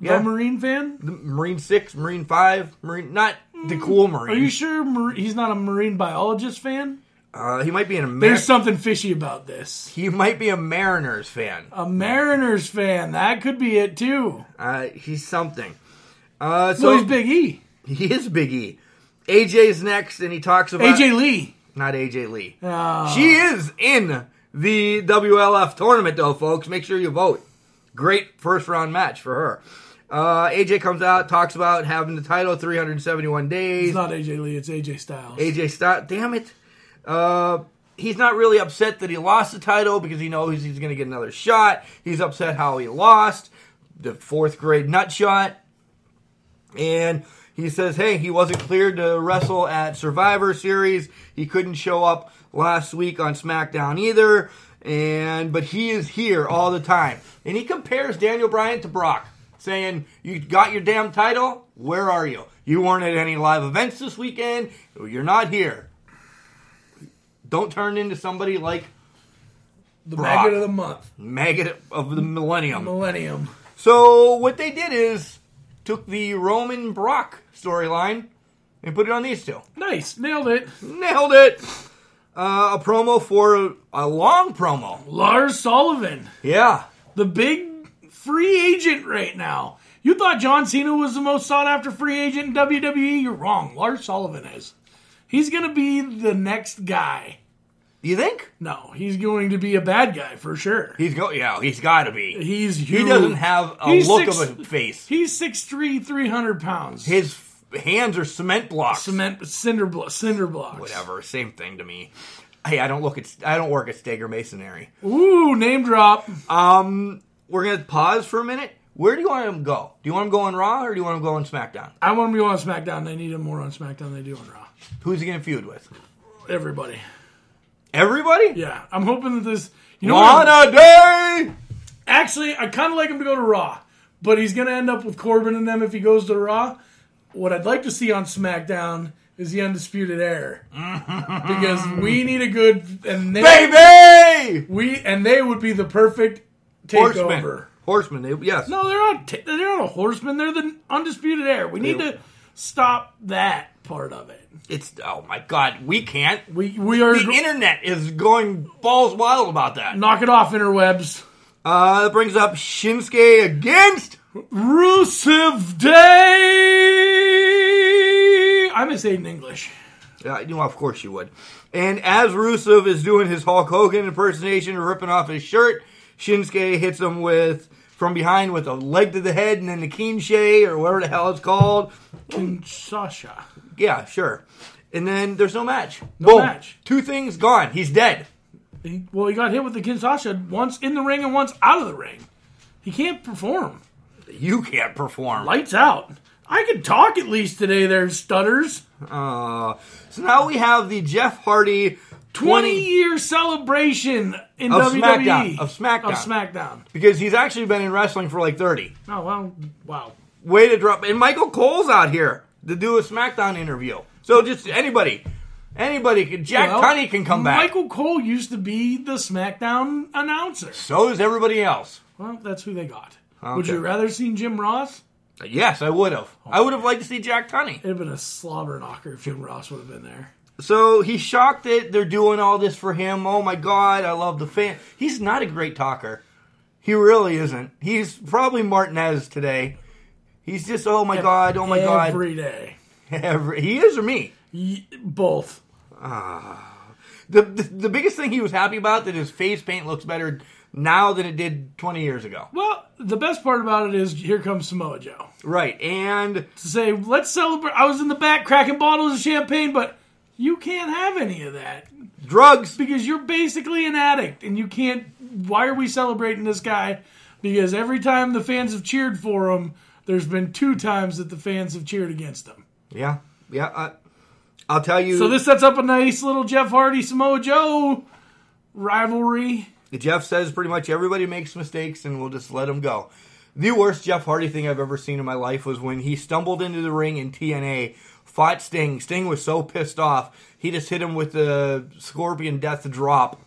A: The Marine fan.
B: Marine Six, Marine Five, Marine not the cool Marine.
A: Mm, Are you sure Mar- he's not a Marine biologist fan?
B: uh, he might be an Amer-
A: There's something fishy about this.
B: he might be a Mariners fan.
A: A Mariners fan. That could be it too.
B: Uh, he's something. Uh, so
A: So he's Big E.
B: He is Big E. AJ's next, and he talks about
A: AJ Lee.
B: not AJ Lee.
A: Uh,
B: She is in the WLF tournament, though, folks. Make sure you vote. Great first round match for her. Uh, AJ comes out, talks about having the title 371 days.
A: it's not AJ Lee. It's AJ Styles.
B: AJ Styles, damn it. Uh, he's not really upset that he lost the title because he knows he's going to get another shot. He's upset how he lost the fourth grade nut shot. And he says, hey, he wasn't cleared to wrestle at Survivor Series. He couldn't show up last week on SmackDown either. And but he is here all the time. And he compares Daniel Bryan to Brock, saying, You got your damn title? Where are you? You weren't at any live events this weekend. You're not here. Don't turn into somebody like
A: The
B: Brock.
A: maggot of the month,
B: Maggot of the Millennium.
A: Millennium.
B: So what they did is took the Roman Brock storyline and put it on these two.
A: Nice, nailed it.
B: Nailed it. Uh, a promo for a, a long promo.
A: Lars Sullivan,
B: Yeah.
A: the big free agent right now. You thought John Cena was the most sought after free agent in WWE? You're wrong. Lars Sullivan is. He's going to be the next guy.
B: You think
A: No, he's going to be a bad guy for sure.
B: he's go? Yeah, he's got to be.
A: He's huge.
B: He doesn't have a
A: He's
B: look
A: six-
B: of a face.
A: He's 6'3", 300 pounds.
B: His f- hands are cement blocks.
A: cement cinder blo- cinder blocks.
B: Whatever. Same thing to me. Hey, I don't look at. I don't work at Steger Masonry.
A: Ooh, name drop.
B: Um, we're gonna pause for a minute. Where do you want him to go? Do you want him to go on Raw or do you want him to go on SmackDown?
A: I want to be on SmackDown. They need him more on SmackDown than they do on Raw.
B: Who's he gonna feud with?
A: Everybody.
B: Everybody?
A: Yeah, I'm hoping that this. You know what?
B: Lana Day!
A: Actually, I kind of like him to go to Raw, but he's going to end up with Corbin and them if he goes to Raw. What I'd like to see on SmackDown is the Undisputed Air because we need a good and they,
B: Baby!
A: we and they would be the perfect takeover.
B: Horseman. Horseman, they, yes.
A: No, they're not. T- they're not a horseman. They're the Undisputed Air. We need
B: They-
A: to stop that part of it.
B: It's, oh my god, we can't.
A: We we are
B: The internet is going balls wild about that.
A: knock it off interwebs.
B: Uh, that brings up Shinsuke against
A: Rusev Day. I'm gonna say it in English.
B: Yeah, you know, of course you would. And as Rusev is doing his Hulk Hogan impersonation, ripping off his shirt, Shinsuke hits him with from behind with a leg to the head and then the Kinshay or whatever the hell it's called.
A: Sasha.
B: Yeah, sure. And then there's no match.
A: No match.
B: Two things gone. He's dead.
A: He, well, he got hit with the Kinshasa once in the ring and once out of the ring. He can't perform.
B: You can't perform.
A: Lights out. I could talk at least today. There, stutters.
B: Uh, so now we have the Jeff Hardy
A: 20
B: 20
A: year celebration in
B: Of
A: WWE
B: SmackDown. Of SmackDown.
A: Of SmackDown.
B: because he's actually been in wrestling for like 30.
A: Oh well, wow.
B: Way to drop. And Michael Cole's out here to do a SmackDown interview. So just anybody, anybody, can- Jack
A: Well,
B: Tunney can come back.
A: Michael Cole used to be the SmackDown announcer.
B: So does everybody else.
A: Well, that's who they got. Would
B: Okay.
A: you rather seen Jim Ross?
B: Yes, I would have. I would have liked to see Jack Tunney.
A: It'd have been a slobber knocker if Jim Ross would have been there.
B: So he's shocked that they're doing all this for him. Oh my God, I love the fan. He's not a great talker. He really isn't. He's probably Martinez today. He's just oh my God, oh my God.
A: Every day,
B: Every, he is or me.
A: Y- both.
B: The, the the biggest thing he was happy about that his face paint looks better now than it did 20 years ago.
A: Well, the best part about it is here comes Samoa Joe
B: Right, and
A: to say, "Let's celebrate." I was in the back cracking bottles of champagne, but you can't have any of that
B: drugs.
A: because you're basically an addict, and you can't. Why are we celebrating this guy? Because every time the fans have cheered for him, there's been two times that the fans have cheered against him.
B: Yeah, yeah. I, I'll tell you.
A: So this sets up a nice little Jeff Hardy Samoa Joe rivalry.
B: Jeff says pretty much everybody makes mistakes, and we'll just let them go. The worst Jeff Hardy thing I've ever seen in my life was when he stumbled into the ring in TNA, fought Sting. Sting was so pissed off, he just hit him with the Scorpion Death Drop,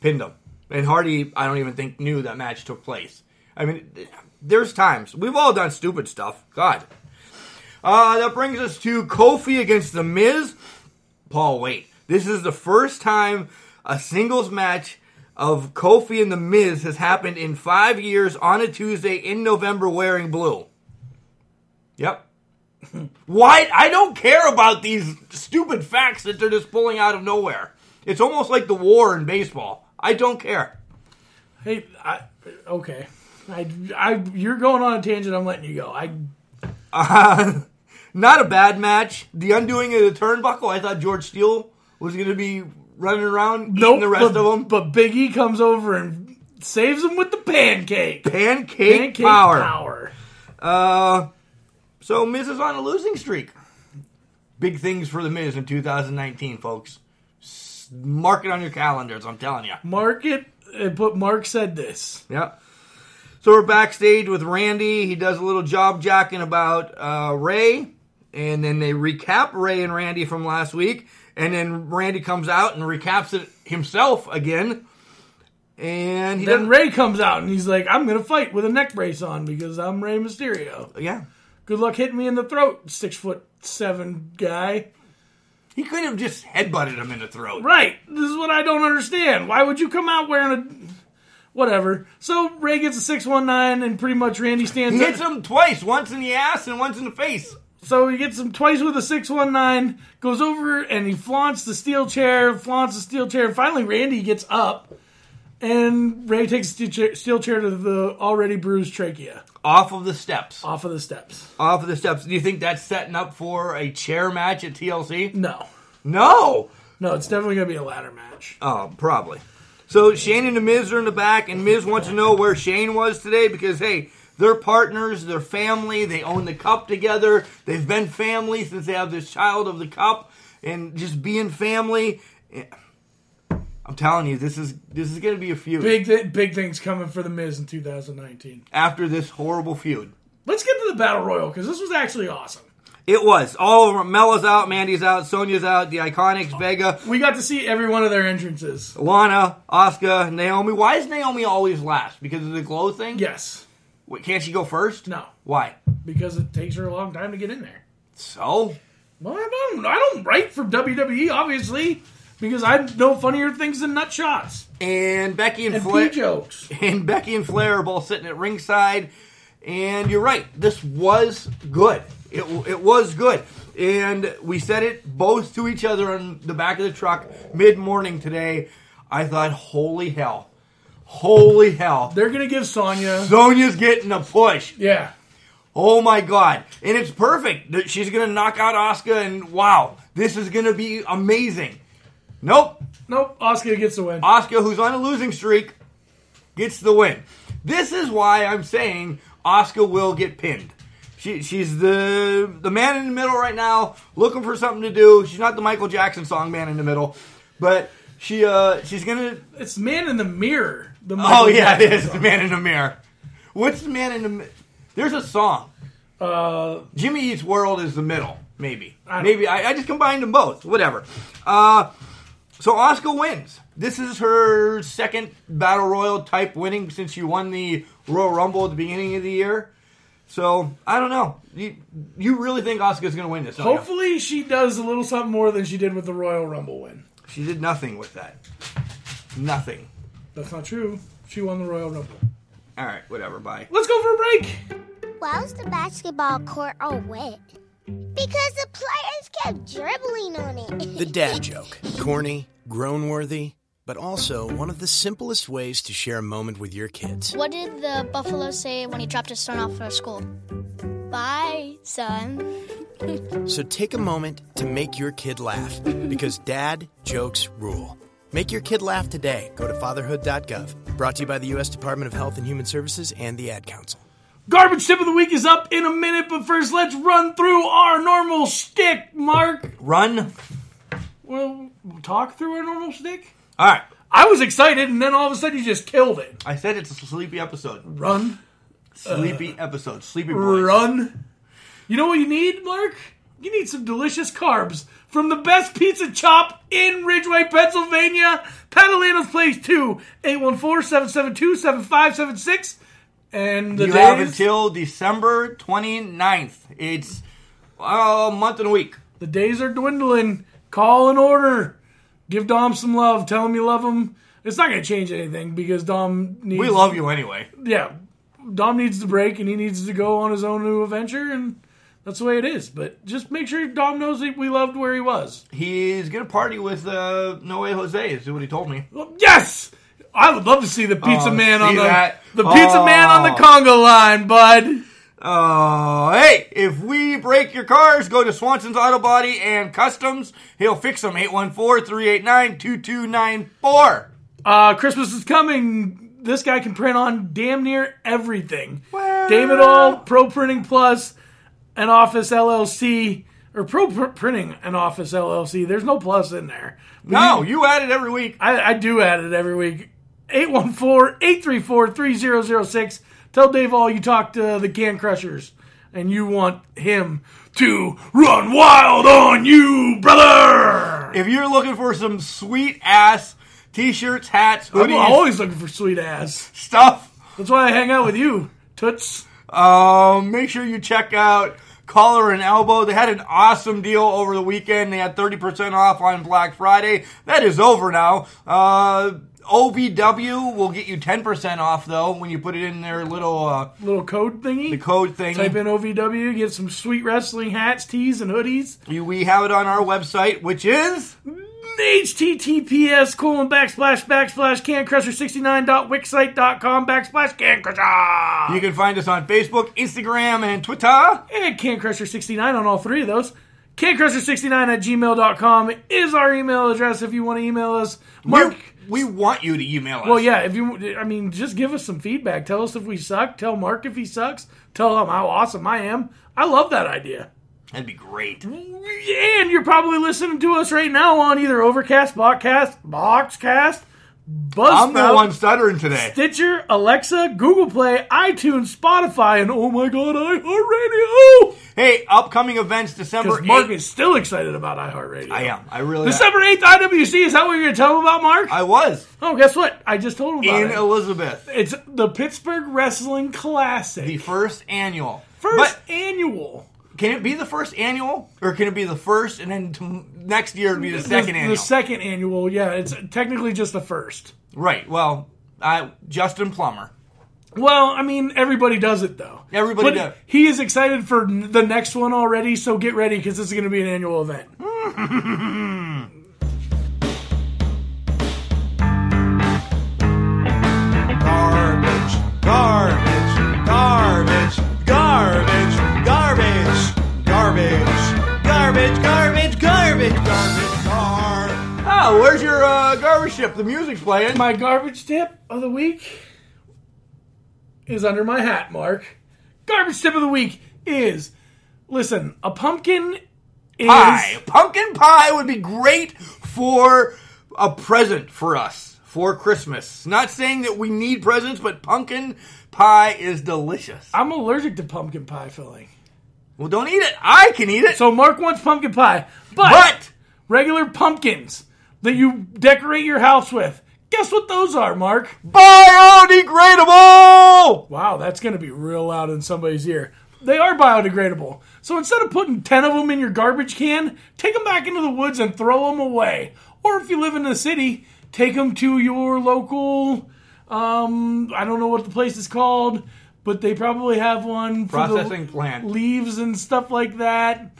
B: pinned him. And Hardy, I don't even think knew that match took place. I mean, there's times we've all done stupid stuff. God. Uh, that brings us to Kofi against The Miz. Paul, wait. This is the first time a singles match of Kofi and The Miz has happened in five years on a Tuesday in November wearing blue. Yep. Why? I don't care about these stupid facts that they're just pulling out of nowhere. It's almost like the war in baseball. I don't care.
A: Hey, I, okay, I, I, you're going on a tangent. I'm letting you go. I,
B: Not a bad match. The undoing of the turnbuckle. I thought George Steele was going to be running around eating
A: nope.
B: the rest
A: but,
B: of them.
A: but Big E comes over and saves him with the pancake.
B: Pancake,
A: Pancake
B: power.
A: power.
B: Uh, so Miz is on a losing streak. Big things for the Miz in 2019, folks. S- Mark it on your calendars. I'm telling you.
A: Mark it. And put Mark said this.
B: Yeah. So we're backstage with Randy. He does a little job jacking about uh, Ray, and then they recap Ray and Randy from last week. And then Randy comes out and recaps it himself again. And he
A: Then
B: doesn't.
A: Ray comes out and he's like, I'm going to fight with a neck brace on because I'm Ray Mysterio.
B: yeah.
A: Good luck hitting me in the throat, six foot seven guy.
B: He could have just headbutted him in the throat.
A: Right. This is what I don't understand. Why would you come out wearing a. Whatever. So Ray gets a 619 and pretty much Randy
B: He
A: stands
B: hits
A: up.
B: him twice, once in the ass and once in the face.
A: So he gets him twice with a 619, goes over and he flaunts the steel chair, flaunts the steel chair. Finally, Randy gets up and Ray takes the steel chair- steel chair to the already bruised trachea
B: Off of the steps.
A: off of the steps.
B: Off of the steps. Do you think that's setting up for a chair match at TLC?
A: No.
B: No!
A: No, it's definitely going to be a ladder match.
B: Oh, probably. So Shane and the Miz are in the back, and Miz wants to know where Shane was today because hey, they're partners, they're family, they own the cup together, they've been family since they have this child of the cup, and just being family. eh, I'm telling you, this is this is gonna be a feud
A: Big th- big things coming for the Miz in 2019.
B: after this horrible feud.
A: Let's get to the battle royal because this was actually awesome.
B: It was all over. Mella's out, Mandy's out, Sonya's out, the Iconics, Vega,
A: We got to see every one of their entrances.
B: Lana, Asuka, Naomi. Why is Naomi always last? Because of the glow thing?
A: Yes.
B: Wait, can't she go first?
A: No.
B: Why?
A: Because it takes her a long time to get in there.
B: So?
A: Well, I don't. I don't write for WWE, obviously, because I know funnier things than nut shots
B: And Becky and,
A: and
B: Flair
A: pee jokes.
B: and Becky and Flair are both sitting at ringside. And you're right, this was good. It, it was good. And we said it both to each other on the back of the truck mid morning today. I thought, holy hell. Holy hell.
A: They're gonna give Sonya.
B: Sonya's getting a push.
A: Yeah,
B: Oh my god. And it's perfect. that She's going to knock out Asuka, and wow, this is going to be amazing. Nope.
A: nope. Oscar gets the win.
B: Asuka, who's on a losing streak, gets the win. This is why I'm saying Asuka will get pinned. She, she's the the man in the middle right now, looking for something to do. She's not the Michael Jackson song man in the middle, but she uh she's gonna.
A: It's man in the mirror. The
B: Oh
A: Michael
B: yeah, it
A: Jackson
B: is the
A: song.
B: man in the mirror. What's the man in the? mi- There's a song.
A: Uh,
B: Jimmy Eats World is the middle, maybe.
A: I don't-
B: maybe I, I just combined them both. Whatever. Uh, so Oscar wins. This is her second battle royal type winning since she won the Royal Rumble at the beginning of the year. So I don't know. You you really think Oscar's going to win this? don't you?
A: hopefully she does a little something more than she did with the Royal Rumble win.
B: she did nothing with that. Nothing.
A: That's not true. She won the Royal Rumble.
B: All right. Whatever. Bye.
A: Let's go for a break.
D: Why was the basketball court all wet? Because the players kept dribbling on it.
E: The dad joke. Corny, grown worthy, but also one of the simplest ways to share a moment with your kids.
F: What did the buffalo say when he dropped his son off for school? Bye, son.
E: So take a moment to make your kid laugh because dad jokes rule. Make your kid laugh today. Go to fatherhood.gov. Brought to you by the U.S. Department of Health and Human Services and the Ad Council.
A: Garbage tip of the week is up in a minute, but first let's run through our normal stick, Mark.
B: Run.
A: Well, talk through our normal stick.
B: All right.
A: I was excited, and then all of a sudden you just killed it.
B: I said it's a sleepy episode.
A: Run,
B: Sleepy episode. Sleepy boys.
A: run. You know what you need, Mark? You need some delicious carbs from the best pizza chop in Ridgeway, Pennsylvania. Catalano's Place 2, 814-772-7576. And the
B: you
A: days,
B: have until December 29th. It's uh, a month and a week.
A: the days are dwindling. Call and order. Give Dom some love. Tell him you love him. It's not going to change anything because Dom needs
B: We love you anyway.
A: yeah, Dom needs the break and he needs to go on his own new adventure, and that's the way it is. But just make sure Dom knows that we loved where he was.
B: He's going to party with uh, Noe Jose, is what he told me.
A: Well, yes, I would love to see the pizza
B: Oh,
A: man
B: see
A: on the
B: that?
A: the pizza man on the
B: Oh.
A: Congo line, bud.
B: Uh, hey, if we break your cars, go to Swanson's Auto Body and Customs. He'll fix them. 814 389 2294.
A: Uh, Christmas is coming. This guy can print on damn near everything. David All, Pro Printing Plus, an Office LLC, or Pro Pr- Printing an Office LLC. There's no plus in there.
B: No,
A: Mm-hmm.
B: you add it every week.
A: I, I do add it every week. 814-834-3006. Tell Dave all you talked to the Can Crushers and you want him to run wild on you, brother. summer.
B: If you're looking for some sweet ass t-shirts, hats,
A: I'm
B: hoodies,
A: always looking for sweet ass.
B: stuff,
A: That's why I hang out with you, Toots.
B: um, make sure you check out Collar and Elbow. They had an awesome deal over the weekend. They had 30% off on Black Friday. That is over now. Uh, OVW will get you 10% off though when you put it in their little uh,
A: Little code thingy.
B: the code thing.
A: Type in OVW, get some sweet wrestling hats, tees, and hoodies.
B: You- We have it on our website, which is
A: HTTPS colon backslash backslash cancrusher69.wixsite.com backslash cancrusher.
B: you can find us on Facebook, Instagram, and Twitter.
A: and CanCrusher69 on all three of those. CanCrusher69 at gmail.com is our email address if you want to email us. Mark.
B: we want you to email us.
A: Well, yeah, if you, I mean, just give us some feedback. Tell us if we suck. Tell Mark if he sucks. Tell him how awesome I am. I love that idea.
B: That'd be great.
A: And you're probably listening to us right now on either Overcast, Boxcast, Boxcast,
B: I'm the one
A: Buzzsprout,
B: stuttering today.
A: Stitcher, Alexa, Google Play, iTunes, Spotify, and oh my god, iHeartRadio!
B: Hey, upcoming events December
A: Because Mark
B: 8th.
A: is still excited about iHeartRadio.
B: I am. I really am.
A: December 8th, IWC. Is that what you're going to tell him about, Mark?
B: I was
A: oh, guess what? I just told him about
B: in
A: it.
B: Elizabeth.
A: it's the Pittsburgh Wrestling Classic.
B: The first annual.
A: first annual.
B: But can it be the first annual? Or can it be the first and then t- next year it'd be the
A: The-
B: second
A: the,
B: annual?
A: second annual, yeah. It's technically just the first.
B: right. Well, I, Justin Plummer.
A: Well, I mean, everybody does it, though.
B: Everybody
A: But
B: does.
A: He is excited for n- the next one already, so get ready because this is going to be an annual event.
B: Hmm. Garbage, garbage, garbage, garbage, garbage, garbage, garbage, garbage, garbage, garbage, garbage. Oh, where's your uh, garbage ship? The music's playing.
A: My garbage tip of the week is under my hat, Mark. Garbage tip of the week is listen, a pumpkin is
B: pie. Pumpkin pie would be great for a present for us for Christmas. Not saying that we need presents, but pumpkin pie is delicious.
A: I'm allergic to pumpkin pie filling.
B: Well, don't eat it. I can eat it.
A: So Mark wants pumpkin pie, but,
B: but
A: regular pumpkins that you decorate your house with. Guess what those are, Mark?
B: biodegradable.
A: Wow, that's going to be real loud in somebody's ear. They are biodegradable. So instead of putting 10 of them in your garbage can, take them back into the woods and throw them away. Or if you live in the city, take them to your local um I don't know what the place is called, but they probably have one for the
B: Processing plant.
A: leaves and stuff like that.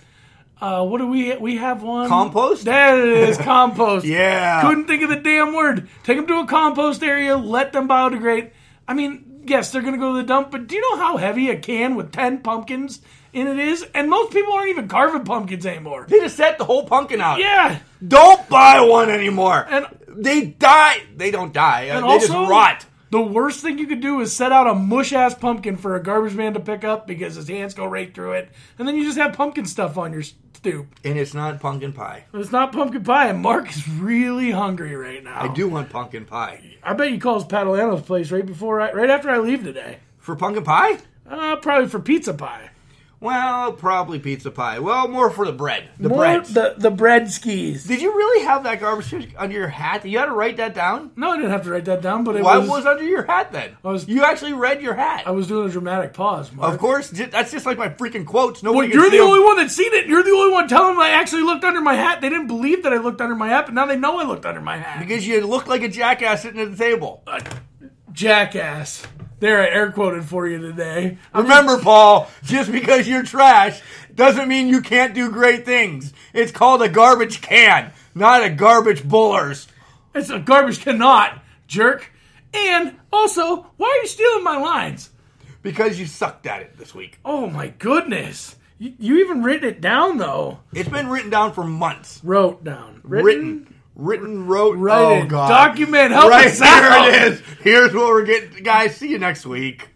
A: Uh, what do we we have one
B: Compost?
A: There it is, compost.
B: Yeah.
A: couldn't think of the damn word. Take them to a compost area, let them biodegrade. I mean, yes, they're going to go to the dump, but do you know how heavy a can with 10 pumpkins in it is? And most people aren't even carving pumpkins anymore.
B: They just set the whole pumpkin out.
A: Yeah.
B: Don't buy one anymore.
A: And-
B: they die. They don't die. Uh,
A: And
B: they
A: also,
B: just rot.
A: the worst thing you could do is set out a mush ass pumpkin for a garbage man to pick up because his hands go right through it. And then you just have pumpkin stuff on your stoop.
B: And it's not pumpkin pie.
A: It's not pumpkin pie, and Mark is really hungry right now.
B: I do want pumpkin pie.
A: I bet he calls Padalano's place right before, I, right after I leave today.
B: For pumpkin pie?
A: Uh, probably for pizza pie.
B: Well, probably pizza pie. Well, more for the bread. The
A: More
B: bread.
A: The, the bread skis.
B: Did you really have that garbage chute under your hat? You had to write that down?
A: No, I didn't have to write that down, but it
B: Why
A: was,
B: was, under your hat then?
A: was-
B: you actually read your hat.
A: I was doing a dramatic pause. Mark.
B: of course, j- that's just like my freaking quotes.
A: Well,
B: Nobody
A: you're
B: can see
A: the
B: 'em.
A: only one that's seen it. You're the only one telling them I actually looked under my hat. They didn't believe that I looked under my hat, but now they know I looked under my hat.
B: Because you look like a jackass sitting at the table.
A: Jackass. There, I air quoted for you today. I'm
B: Remember, Paul, just because you're trash doesn't mean you can't do great things. It's called a garbage can, not a garbage bullers.
A: It's a garbage cannot, jerk. And also, why are you stealing my lines?
B: Because you sucked at it this week.
A: Oh my goodness. You, you even written it down though.
B: It's been written down for months.
A: Wrote down.
B: Written. Written, wrote,
A: Write
B: oh
A: it.
B: god.
A: Document. Help
B: right
A: us out.
B: here it is. Here's what we're getting, guys. See you next week.